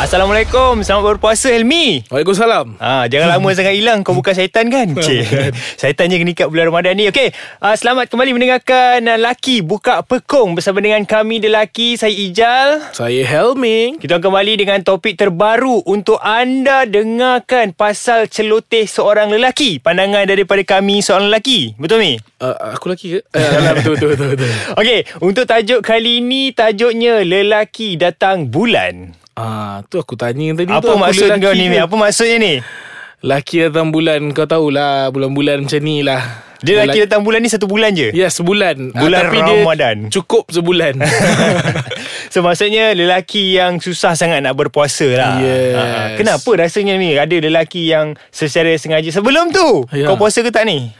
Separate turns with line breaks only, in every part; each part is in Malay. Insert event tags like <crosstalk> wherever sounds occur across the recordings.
Assalamualaikum Selamat berpuasa Helmi
Waalaikumsalam
Ah, jangan lama sangat hilang Kau bukan syaitan kan Cik <laughs> Syaitan je kena ikat bulan Ramadan ni Okay ah, Selamat kembali mendengarkan ah, Laki Buka Pekong Bersama dengan kami Lelaki Saya Ijal
Saya Helming
Kita akan kembali dengan topik terbaru untuk anda dengarkan pasal celoteh seorang lelaki. Pandangan daripada kami seorang lelaki. Betul Mi?
uh, Aku lelaki ke? Uh, alah, betul, betul, betul, betul.
Okey, untuk tajuk kali ini tajuknya lelaki datang bulan.
Ah, tu aku tanya tadi tu
Apa
aku
maksud
lelaki
kau ni? Mi?
ke?
Apa maksudnya ni?
Laki datang bulan Kau tahulah Bulan-bulan macam ni lah
Dia lelaki
Lelaki-
datang bulan ni satu bulan je.
Ya sebulan Ah,
Bulan
Tapi
Ramadan.
dia cukup sebulan
<laughs> so maksudnya lelaki yang susah sangat nak berpuasa lah.
Yes.
Ha, ha. Kenapa rasanya ni ada lelaki yang secara sengaja sebelum tu
Ya.
kau puasa ke tak ni?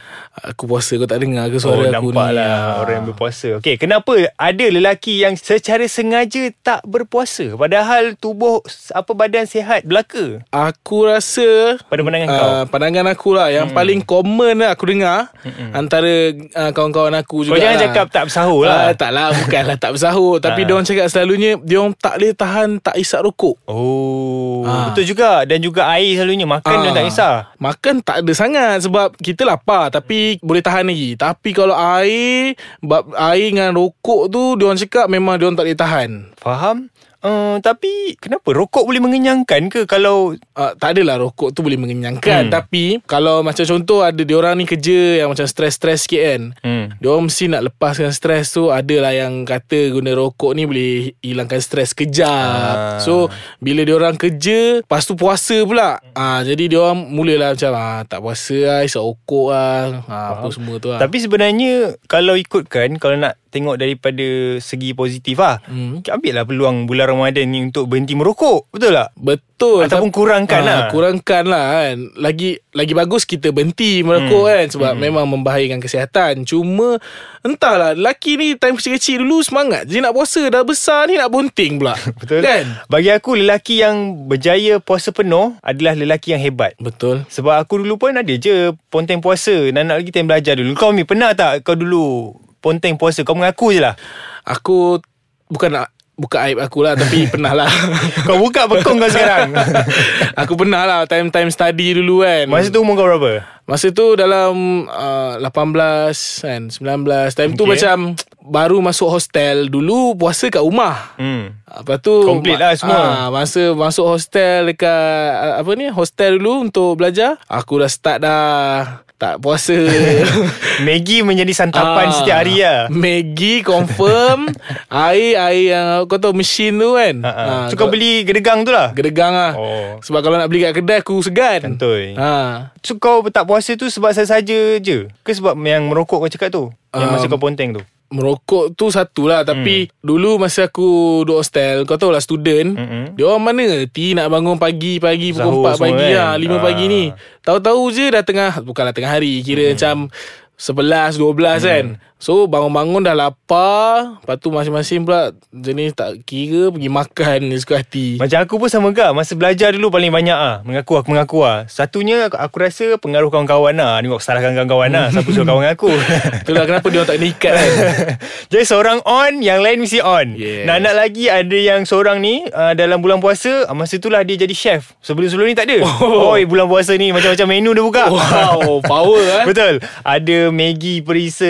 Aku puasa kau tak dengar ke
Oh
suara aku ni Ah.
nampak lah Orang yang berpuasa Okay kenapa Ada lelaki yang Secara sengaja Tak berpuasa Padahal tubuh Apa badan sihat Belaka
Ah, Aku rasa
Pada pandangan uh, kau Hmm.
Uh, pandangan aku lah Yang paling common lah aku dengar Antara uh, kawan-kawan aku
Kau
juga
jangan cakap tak bersahur lah
Ah, tak lah Bukanlah tak bersahur
<laughs>
Tapi
Ah.
diorang cakap selalunya Diorang tak boleh tahan Tak isap rokok
Oh
Ah.
Betul juga Dan juga air selalunya Makan Kan dia tak kisah
Makan tak ada sangat Sebab kita lapar Tapi boleh tahan lagi Tapi kalau air bab Air dengan rokok tu Diorang cakap memang diorang tak boleh tahan
Faham uh, Tapi Kenapa rokok boleh mengenyangkan ke Kalau
Uh, tak adalah rokok tu boleh mengenyangkan
Hmm.
Tapi Kalau macam contoh Ada diorang ni kerja Yang macam stres-stres sikit kan
hmm.
Diorang mesti nak lepaskan stres tu Adalah yang kata guna rokok ni Boleh hilangkan stres
Ah.
kejap So bila diorang kerja Lepas tu puasa pula ah, Jadi diorang mulalah macam ah, Tak puasa lah Isap okok lah ah, Apa semua tu lah
Tapi sebenarnya Kalau ikutkan Kalau nak tengok daripada Segi positif lah
Hmm.
Ambil lah peluang Bulan Ramadan ni Untuk berhenti merokok Betul tak
Betul
Ataupun
Tapi- Ah,
kurangkan lah.
Kurangkan lah kan Lagi Lagi bagus kita berhenti merokok
Hmm.
kan Sebab memang membahayakan kesihatan Cuma Entahlah Lelaki ni time kecil-kecil dulu Semangat je nak puasa Dah besar ni nak bunting pula
<laughs> Betul
Kan
Bagi aku lelaki yang berjaya puasa penuh adalah lelaki yang hebat.
Betul
Sebab aku dulu pun ada je ponteng puasa. Nak nak lagi time belajar dulu. Kau Mi pernah tak kau dulu ponteng puasa? Kau mengaku je lah.
Aku Bukan nak Buka aib aku lah Tapi
<laughs>
pernah lah <laughs>
Kau buka bekong kau sekarang.
Hmm. Aku pernah lah Time-time study dulu kan
Masa tu umur kau berapa?
Masa tu dalam uh, 18 kan 19 Time tu
Okay.
macam Baru masuk hostel Dulu puasa kat rumah
Hmm.
Ah, Lepas tu
Complete lah semua.
ah, Masa masuk hostel Dekat ah, Apa ni Hostel dulu Untuk belajar Aku dah start dah Tak puasa
<laughs> Maggi menjadi santapan
Ah,
setiap hari lah.
Maggi
<laughs>
confirm Air-air yang Kau tahu mesin tu kan
Ha, ha.
Ah,
So kau beli gedegang tu lah.
Gedegang lah
Oh.
Sebab kalau nak beli kat kedai Aku segan
Betul.
ha.
So kau tak puasa tu sebab saja je? Ke sebab yang merokok kau cakap tu? Yang masa
Um,
kau ponteng tu?
Merokok tu satu lah Tapi hmm. Dulu masa aku Duduk hostel Kau tahu lah student
Mm-mm.
hmm. Dia orang mana Ti nak bangun pagi-pagi
Sahur
Pukul 4
semua
pagi
kan?
kan? lah 5
Ah.
pagi ni Tahu-tahu je dah tengah Bukanlah tengah hari Kira hmm. macam 11, 12 hmm.
Mm.
kan So bangun-bangun dah lapar Lepas tu masing-masing pula Jenis tak kira Pergi makan je Suka hati
Macam aku pun sama ke Masa belajar dulu paling banyak ah Mengaku aku mengaku ah Satunya aku, aku rasa pengaruh kawan-kawan lah Ni aku salahkan kawan-kawan lah Siapa suruh kawan
<laughs>
aku
Itulah kenapa dia orang tak kena ikat
<laughs>
kan
Jadi seorang on Yang lain mesti on
Yes.
Nak-nak lagi ada yang seorang ni uh, Dalam bulan puasa uh, Masa itulah dia jadi chef Sebelum-sebelum ni tak ada
Oh.
Oi bulan puasa ni Macam-macam menu dia buka
Wow Power eh
Betul Ada Maggi perisa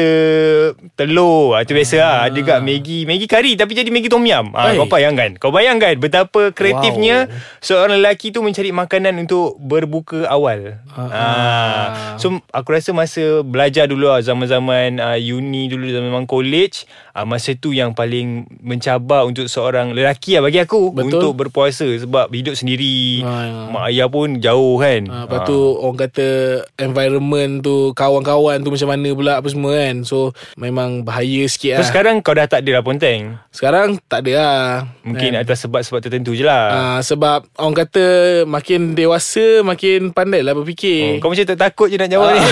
Telur ah, Itu biasa lah Ada kat Maggi Maggi kari Tapi jadi Maggi tom yam ah,
Hai.
Kau bayangkan Kau bayangkan Betapa kreatifnya Seorang lelaki tu Mencari makanan untuk Berbuka awal ah. So aku rasa Masa belajar dulu lah Zaman-zaman ah, Uni dulu Zaman-zaman college ah, Masa tu yang paling Mencabar untuk seorang Lelaki lah bagi aku
Betul.
Untuk berpuasa Sebab hidup sendiri
Ah, ya.
Mak ayah pun jauh kan
Ha, lepas tu orang kata environment tu kawan-kawan tu macam mana pula apa semua kan. So memang bahaya
So
sikit lah.
sekarang
Sekarang,
kau dah tak ada lah ponteng
sekarang tak ada lah.
Mungkin
kan.
atas sebab-sebab tertentu je lah
Ha, sebab orang kata makin dewasa makin pandai lah
Oh,
berfikir.
Kau macam tak takut je nak jawab ni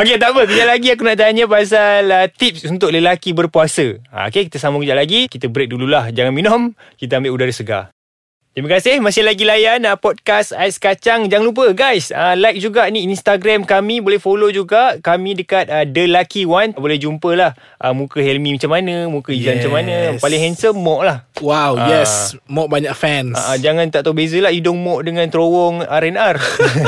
Okay tak apa Kejap lagi aku nak tanya Pasal uh, tips Untuk lelaki Ah, berpuasa ha, Okay kita sambung kejap lagi Kita break dululah Jangan minum Kita ambil udara segar Terima kasih masih lagi layan uh, podcast Ais Kacang. Jangan lupa guys, uh, like juga ni Instagram kami, boleh follow juga kami dekat uh, The Lucky One. Boleh jumpalah uh, muka Helmi macam mana, muka Ijan yes. macam mana. Paling handsome Mok lah.
Wow,
Ah.
yes. Mok banyak fans.
Uh, jangan tak tahu beza lah hidung Mok dengan terowong
<laughs>
R&R. <laughs>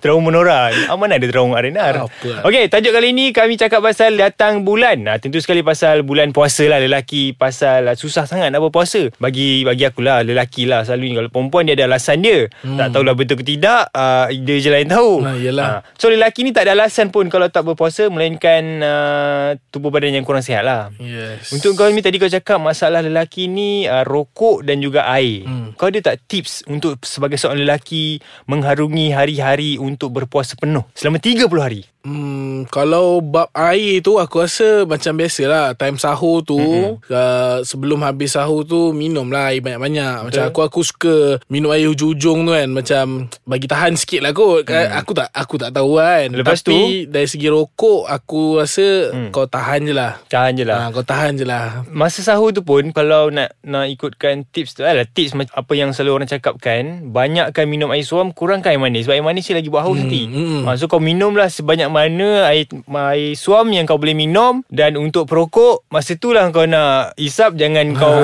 terowong Menora. Ah, mana ada terowong R&R?
Apa?
Okey, tajuk kali ni kami cakap pasal datang bulan. Ah, tentu sekali pasal bulan puasa lah lelaki. Pasal ah, susah sangat nak berpuasa. Bagi bagi akulah lelaki lah selalunya. Kalau perempuan dia ada alasan dia. Hmm. Tak tahulah betul ke tidak. ah, dia je lain tahu.
Ah, yelah.
Ah, so lelaki ni tak ada alasan pun kalau tak berpuasa. Melainkan ah, tubuh badan yang kurang sihat lah.
Yes.
Untuk kau ni tadi kau cakap masalah lelaki ni uh, rokok dan juga air.
Hmm.
Hmm. Kau ada tak tips untuk sebagai seorang lelaki mengharungi hari-hari untuk berpuasa penuh selama 30 hari?
Hmm, kalau bab air tu aku rasa macam biasalah time sahur tu mm-hmm. uh, sebelum habis sahur tu minumlah air banyak-banyak. Macam aku aku suka minum air hujung-hujung tu kan macam bagi tahan sikit lah kot. Mm. Aku tak aku tak tahu kan.
Lepas
Tapi tu, dari segi rokok aku rasa mm. kau tahan je lah.
Tahan je lah.
Ha, kau tahan je lah.
Masa sahur tu pun kalau nak nak ikutkan tips tu lah tips mac- apa yang selalu orang cakapkan banyakkan minum air suam kurangkan air manis sebab air manis ni lagi buat haus hmm, nanti.
hmm.
Hmm. Ha, so kau minumlah sebanyak mana air air suam yang kau boleh minum dan untuk perokok masa tu lah kau nak isap jangan <laughs> kau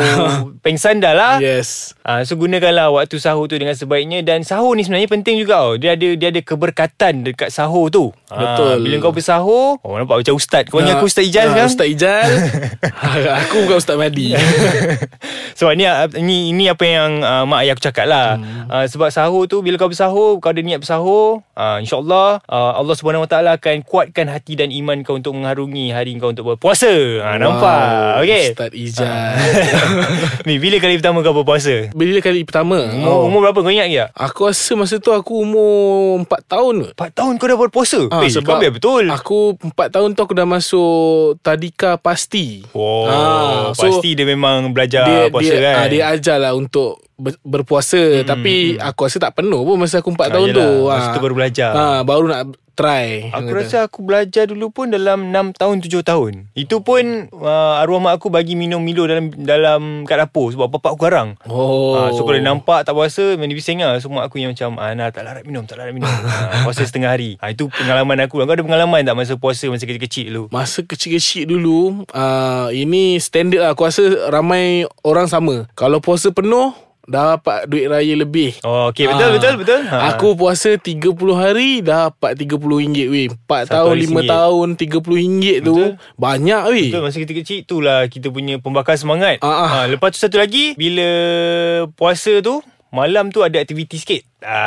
peng sandal lah.
Yes.
Ah, so gunakanlah waktu sahur tu dengan sebaiknya dan sahur ni sebenarnya penting juga tau. Dia ada dia ada keberkatan dekat sahur tu. Ah,
Betul.
Bila kau bersahur, oh nampak macam ustaz. Kau panggil aku ustaz Ijaz
Ah,
kan?
Ustaz Ijaz. aku bukan Ustaz Madi.
<laughs> Sebab ni ah, ni ini apa yang uh, mak ayah aku cakap lah. Hmm. Uh, sebab sahur tu bila kau bersahur, kau ada niat bersahur, uh, insyaallah uh, Allah Subhanahu Wa Taala akan kuatkan hati dan iman kau untuk mengharungi hari kau untuk berpuasa. Ha nampak. Okey. Ah.
Ustaz Ijaz.
<laughs> Ni bila kali pertama kau berpuasa?
Bila kali pertama?
Umur, umur berapa kau ingat ke tak?
Aku rasa masa tu aku umur 4 tahun kot.
4 tahun kau dah berpuasa?
Ah,
Eh, kau biar betul.
Aku 4 tahun tu aku dah masuk Tadika Pasti.
Wow,
Ah,
ah,
so
pasti dia memang belajar
dia,
dia, puasa
dia,
dia, kan.
ah, dia ajar lah untuk ber, berpuasa. Hmm, tapi aku rasa tak penuh pun masa aku 4 tahun
Ah, yelah,
tu.
Masa tu baru belajar.
ah, baru nak try.
Aku
Kata.
rasa aku belajar dulu pun dalam 6 tahun 7 tahun. Itu pun uh, arwah mak aku bagi minum Milo dalam dalam kat dapur sebab bapak aku garang.
Oh.
Ah, so kalau dia nampak tak puasa Memang dia bising lah So mak aku yang macam ah, nah, Tak larat minum Tak larat
<laughs>
minum ah, Puasa setengah hari ah, Itu pengalaman aku Kau ada pengalaman tak Masa puasa Masa kecil-kecil dulu
Masa kecil-kecil dulu uh, Ini standard lah Aku rasa ramai orang sama Kalau puasa penuh Dapat duit raya lebih
Oh okay betul
Ah.
betul betul Ah.
Aku puasa 30 hari Dapat RM30 weh 4
Satu
tahun
hari
5
RM1.
tahun RM30 tu
Betul.
Banyak weh
Betul masa kita kecil itulah kita punya pembakar semangat.
Ah, ah.
Ha, lepas tu satu lagi bila puasa tu malam tu ada aktiviti sikit.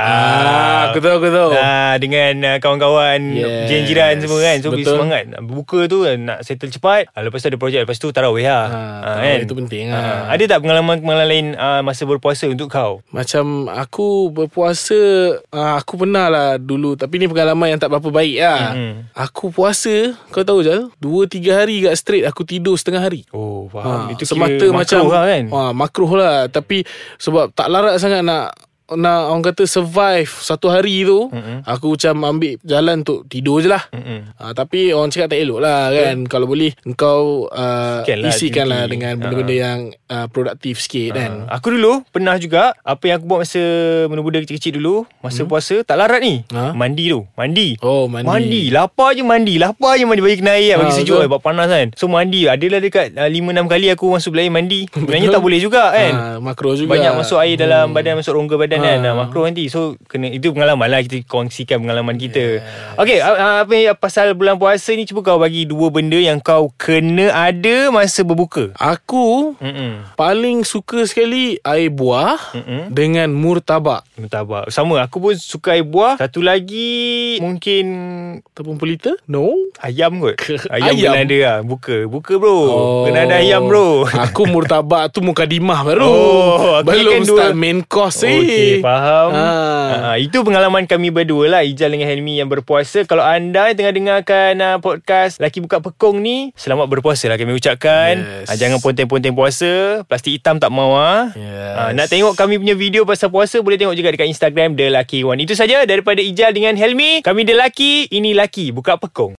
Ah, Aku tahu aku tahu
Ah, dengan ah, kawan-kawan
Yes.
jiran-jiran semua kan So
Betul.
Betul. semangat Buka tu ah, nak settle cepat ah, Lepas tu ada projek Lepas tu tarawih lah
Ah,
Ah,
tarawih tu penting lah.
Ah, Ada tak pengalaman-pengalaman lain ah, Masa berpuasa untuk kau?
Macam aku berpuasa uh, Aku pernah lah dulu Tapi ni pengalaman yang tak berapa baik lah
Mm-mm.
Aku puasa Kau tahu Jal 2-3 hari kat straight Aku tidur setengah hari
Oh faham
Ha,
Itu kira
semata
makro
macam
lah kan
ha, makruh lah tapi sebab tak larat sangat nak nak orang kata survive satu hari tu mm-hmm. aku macam ambil jalan untuk tidur je lah
Mm-mm.
Ha, tapi orang cakap tak elok lah kan Kalau boleh Engkau uh,
Sikit lah
Isikan lah
aktiviti.
dengan Benda-benda yang uh, Produktif sikit kan
Ah, Aku dulu pernah juga apa yang aku buat masa muda-muda kecil-kecil dulu, masa hmm. puasa tak larat ni.
Ha?
Mandi tu, mandi.
Oh mandi
Mandi Lapar je mandi Lapar je mandi Bagi kena air lah
Ah,
Bagi sejuk
betul.
lah Sebab panas kan So mandi Adalah dekat uh, 5-6 kali Aku masuk bilik air mandi
<laughs>
Sebenarnya tak boleh juga kan
ha, Makro juga
Banyak masuk air dalam badan Masuk rongga badan
Ah.
kan ah, Makro nanti So kena Itu pengalaman lah Kita kongsikan pengalaman kita Okay ah, ah, Apa yang pasal bulan puasa ni Cuba kau bagi dua benda Yang kau kena ada Masa berbuka
Aku
Mm-mm.
Paling suka sekali Air buah
Mm-mm.
Dengan murtabak
Mentabak Sama aku pun suka air buah Satu lagi Mungkin
Ataupun pelita No
Ayam kot Ayam,
Ayam?
ayam. kena ada lah Buka Buka bro oh. Kena ada ayam bro
<laughs> Aku murtabak tu mukadimah baru.
Oh, aku
Belum
ingatkan dua.
start main course eh.
Okey, faham.
Ha.
Ha. Ha, itu pengalaman kami berdua lah Ijal dengan Helmi yang berpuasa. Kalau anda yang tengah dengarkan uh, podcast Laki Buka Pekong ni, selamat berpuasa lah kami ucapkan.
Yes.
Yes. Ha, jangan ponteng-ponteng puasa. Plastik hitam tak mau ah.
Yes.
Ha, nak tengok kami punya video pasal puasa boleh tengok juga dekat Instagram The Lucky One. Itu saja daripada Ijal dengan Helmi. Kami The Lucky, ini Lucky Buka Pekong.